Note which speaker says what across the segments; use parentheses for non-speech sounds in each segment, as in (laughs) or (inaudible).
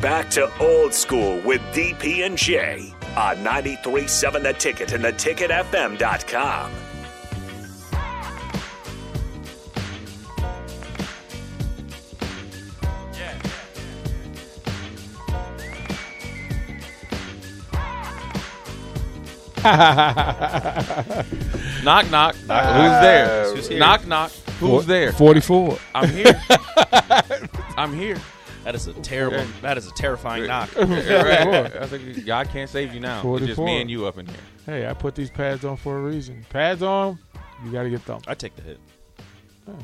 Speaker 1: Back to old school with DP and J on 93.7 The Ticket and theticketfm.com.
Speaker 2: Knock, knock. Uh, Who's there? Knock, knock. Who's there?
Speaker 3: 44.
Speaker 2: I'm
Speaker 3: (laughs)
Speaker 2: here. I'm here.
Speaker 4: That is a terrible. That is a terrifying knock.
Speaker 2: I think God can't save you now. It's just
Speaker 3: 44.
Speaker 2: me and you up in here.
Speaker 3: Hey, I put these pads on for a reason. Pads on, you got to get thumped.
Speaker 4: I take the hit.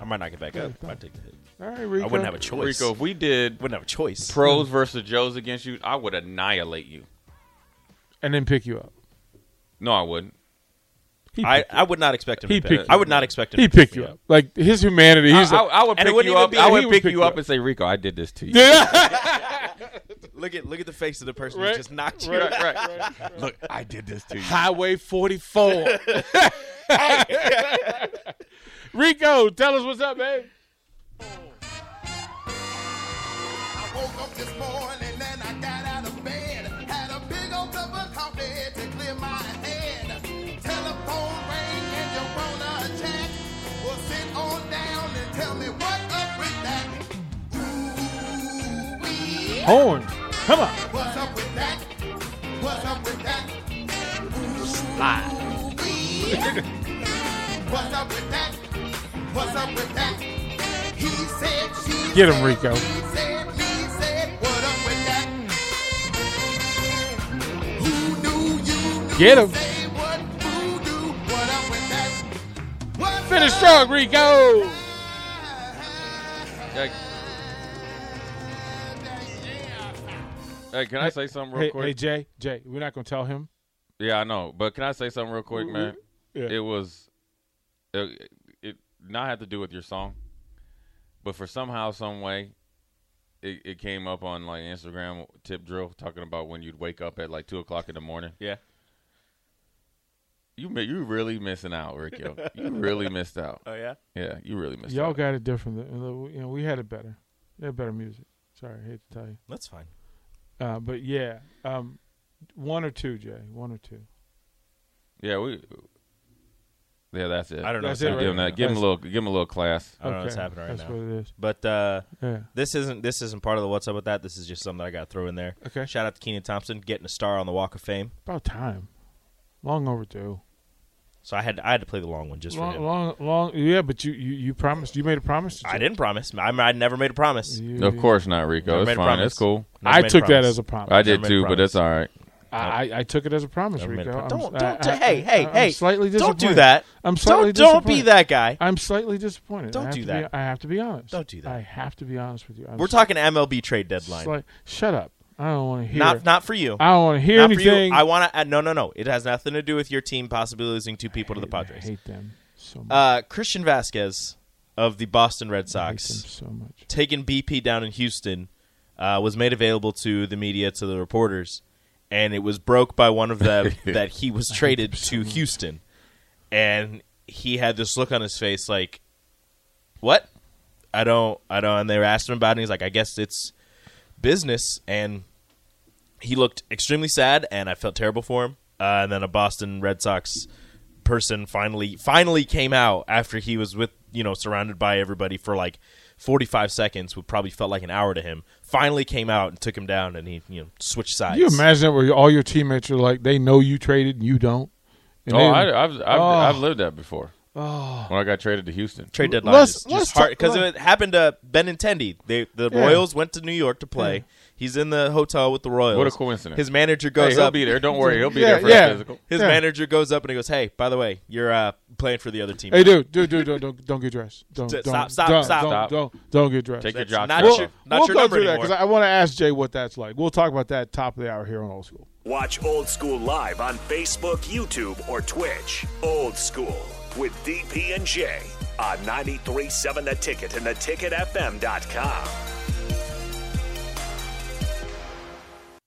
Speaker 4: I might not get back up. I might take the hit.
Speaker 3: All right, Rico.
Speaker 4: I wouldn't have a choice.
Speaker 2: Rico, if we did
Speaker 4: Wouldn't have a choice.
Speaker 2: pros versus Joes against you, I would annihilate you.
Speaker 3: and then pick you up.
Speaker 2: No, I wouldn't.
Speaker 3: He
Speaker 4: I,
Speaker 3: picked you
Speaker 4: I would not expect him.
Speaker 3: He
Speaker 4: to
Speaker 3: picked
Speaker 4: pick,
Speaker 3: you
Speaker 4: I would
Speaker 3: up.
Speaker 4: not expect
Speaker 3: up.
Speaker 4: him.
Speaker 3: he
Speaker 4: to pick
Speaker 3: picked
Speaker 4: me
Speaker 3: you
Speaker 4: up.
Speaker 3: up. Like his humanity. He's
Speaker 2: I,
Speaker 3: like,
Speaker 2: I would
Speaker 4: And it
Speaker 2: pick
Speaker 4: wouldn't
Speaker 2: you
Speaker 4: even
Speaker 2: up.
Speaker 4: be-
Speaker 2: I
Speaker 4: he
Speaker 2: would
Speaker 3: would
Speaker 2: pick
Speaker 3: pick
Speaker 2: you
Speaker 3: you
Speaker 2: up
Speaker 3: up.
Speaker 2: and say, Rico, I did this to you.
Speaker 3: (laughs)
Speaker 4: Look at look at the face of the person
Speaker 3: Right,
Speaker 4: who just knocked you.
Speaker 2: Right,
Speaker 4: out.
Speaker 2: right.
Speaker 5: Look, I did this to you.
Speaker 3: Highway 44. (laughs) Rico, tell us what's up, babe.
Speaker 6: I woke up this morning and I got out of bed. Had a big old cup of coffee to clear my head. Telephone rang and Jerona attack. Well, sit on down and tell me what up with that. Ooh-wee.
Speaker 3: Horn. Come on.
Speaker 6: What's up with that? What's up with that? Ooh-wee. What's up with that? What's up with that? He said, she
Speaker 3: Get him,
Speaker 6: said,
Speaker 3: Rico.
Speaker 6: He said, he said, what up with that? Who knew you knew?
Speaker 3: Get him.
Speaker 6: Say what voodoo, what up with that? What's
Speaker 3: Finish
Speaker 6: up
Speaker 3: strong, Rico.
Speaker 2: Hey, hey, can I say something real
Speaker 3: Hey, hey,
Speaker 2: quick?
Speaker 3: Jay, Jay, we're not going to tell him.
Speaker 2: yeah, I know. But can I say something real quick, man?
Speaker 3: Yeah.
Speaker 2: It was it, it not had to do with your song, but for somehow, some way, it, it came up on like Instagram tip drill talking about when you'd wake up at like two o'clock in the morning.
Speaker 4: Yeah.
Speaker 2: You mi- you really missing out, Rico. you really missed out.
Speaker 4: (laughs) Oh yeah.
Speaker 2: Yeah, you really missed
Speaker 3: Y'all
Speaker 2: out.
Speaker 3: got it different. than- You know, we had it better. We had better music. Sorry, I hate to tell you.
Speaker 4: That's fine.
Speaker 3: Uh, but yeah, um, one or two, Jay. One or two.
Speaker 2: yeah, we. Yeah, that's it.
Speaker 4: I don't know.
Speaker 3: That's
Speaker 4: what's
Speaker 3: it
Speaker 2: Give him
Speaker 4: happening
Speaker 3: right
Speaker 2: that. Give him a
Speaker 3: That's-
Speaker 2: little. Give him a little class.
Speaker 4: I don't know what's happening right
Speaker 3: That's
Speaker 4: now.
Speaker 3: what it is.
Speaker 4: But uh,
Speaker 3: Yeah.
Speaker 4: this isn't this isn't part of the what's up with that. This is just something that I got to throw in there.
Speaker 3: Okay.
Speaker 4: Shout out to Keenan Thompson getting a star on the Walk of Fame.
Speaker 3: About time. Long overdue.
Speaker 4: So I had I had to play the long one just for
Speaker 3: Long,
Speaker 4: him.
Speaker 3: long, long. Yeah, but you, you, you promised. You made a promise. To
Speaker 4: I
Speaker 3: Jay.
Speaker 4: didn't promise. I, I never made a promise.
Speaker 3: You-
Speaker 2: Of course not, Rico.
Speaker 4: Never
Speaker 2: It's
Speaker 4: made a
Speaker 2: fine.
Speaker 4: promise.
Speaker 2: It's cool.
Speaker 4: Never
Speaker 3: I
Speaker 4: made
Speaker 3: took that
Speaker 4: promise.
Speaker 3: as a promise.
Speaker 2: I
Speaker 3: I,
Speaker 2: did
Speaker 4: made a
Speaker 2: too, but
Speaker 4: promise.
Speaker 2: that's all right.
Speaker 3: I, I took it as a promise,
Speaker 4: Never made a
Speaker 3: Rico.
Speaker 4: promise.
Speaker 3: I'm-
Speaker 4: Don't-
Speaker 3: I-
Speaker 4: don't-
Speaker 3: I-
Speaker 4: hey,
Speaker 3: I-
Speaker 4: hey,
Speaker 3: I'm
Speaker 4: hey.
Speaker 3: Slightly
Speaker 4: Don't
Speaker 3: disappointed.
Speaker 4: do that.
Speaker 3: I'm slightly
Speaker 4: don't, don't be
Speaker 3: disappointed.
Speaker 4: that guy.
Speaker 3: I'm slightly disappointed.
Speaker 4: Don't
Speaker 3: I have
Speaker 4: do
Speaker 3: to be-
Speaker 4: that.
Speaker 3: I have to be honest.
Speaker 4: Don't do that.
Speaker 3: I have to be honest with you. I'm
Speaker 4: We're talking MLB trade deadline.
Speaker 3: slight- shut up. I don't want to hear.
Speaker 4: not not for you.
Speaker 3: I don't want to hear
Speaker 4: not for
Speaker 3: anything.
Speaker 4: you. I want to. No, no, no. It has nothing to do with your team possibly losing two people to the
Speaker 3: I hate- I
Speaker 4: Padres.
Speaker 3: hate them so much.
Speaker 4: Uh, Christian Vasquez of the Boston Red
Speaker 3: I hate them
Speaker 4: Sox
Speaker 3: so much.
Speaker 4: taking BP down in Houston uh, was made available to the media to the reporters, and it was broke by one of them
Speaker 3: (laughs)
Speaker 4: that he was traded to Houston, and he had this look on his face like, "What? I don't, I don't." And they were asking him about it. And he's like, "I guess it's business," and he looked extremely sad, and I felt terrible for him. Uh, and then a Boston Red Sox person finally finally came out after he was with you know surrounded by everybody for like 45 seconds, which probably felt like an hour to him. Finally came out and took him down, and he you know switched sides.
Speaker 3: Can you imagine that where all your teammates are like, they know you traded and you don't. And
Speaker 2: Oh,
Speaker 3: they-
Speaker 2: I, I've I've,
Speaker 3: Oh.
Speaker 2: I've lived that before.
Speaker 3: Oh,
Speaker 2: when I got traded to Houston.
Speaker 4: Trade deadline
Speaker 3: let's-
Speaker 4: is
Speaker 3: let's
Speaker 4: just hard
Speaker 3: talk-
Speaker 4: because
Speaker 3: let-
Speaker 4: it happened to Benintendi. They the
Speaker 3: Yeah.
Speaker 4: Royals went to New York to play.
Speaker 3: Yeah.
Speaker 4: He's in the hotel with the Royals.
Speaker 2: What a coincidence.
Speaker 4: His manager
Speaker 2: Hey,
Speaker 4: goes
Speaker 2: he'll
Speaker 4: up.
Speaker 2: be there. Don't worry, he'll be
Speaker 3: Yeah,
Speaker 2: there for
Speaker 3: yeah.
Speaker 2: the physical.
Speaker 4: His
Speaker 3: Yeah.
Speaker 4: manager goes up and he goes, "Hey, by the way, you're uh, playing for the other team.
Speaker 3: hey, dude, dude, dude, don't don't, don't get dressed. Don't,
Speaker 4: Stop,
Speaker 3: don't
Speaker 4: stop,
Speaker 3: don't,
Speaker 4: stop.
Speaker 3: Don't,
Speaker 2: Stop.
Speaker 3: don't don't get dressed.
Speaker 2: Take your
Speaker 4: That's
Speaker 2: jocks
Speaker 4: not
Speaker 2: off.
Speaker 4: your-
Speaker 3: we'll
Speaker 4: your
Speaker 3: go
Speaker 4: number
Speaker 3: through that
Speaker 4: anymore.
Speaker 3: because I want to ask Jay what that's like. We'll talk about that top of the hour here on Old School.
Speaker 1: Watch Old School live on Facebook, YouTube, or Twitch. Old School with DP and J on 937 The Ticket and theticketfm.com.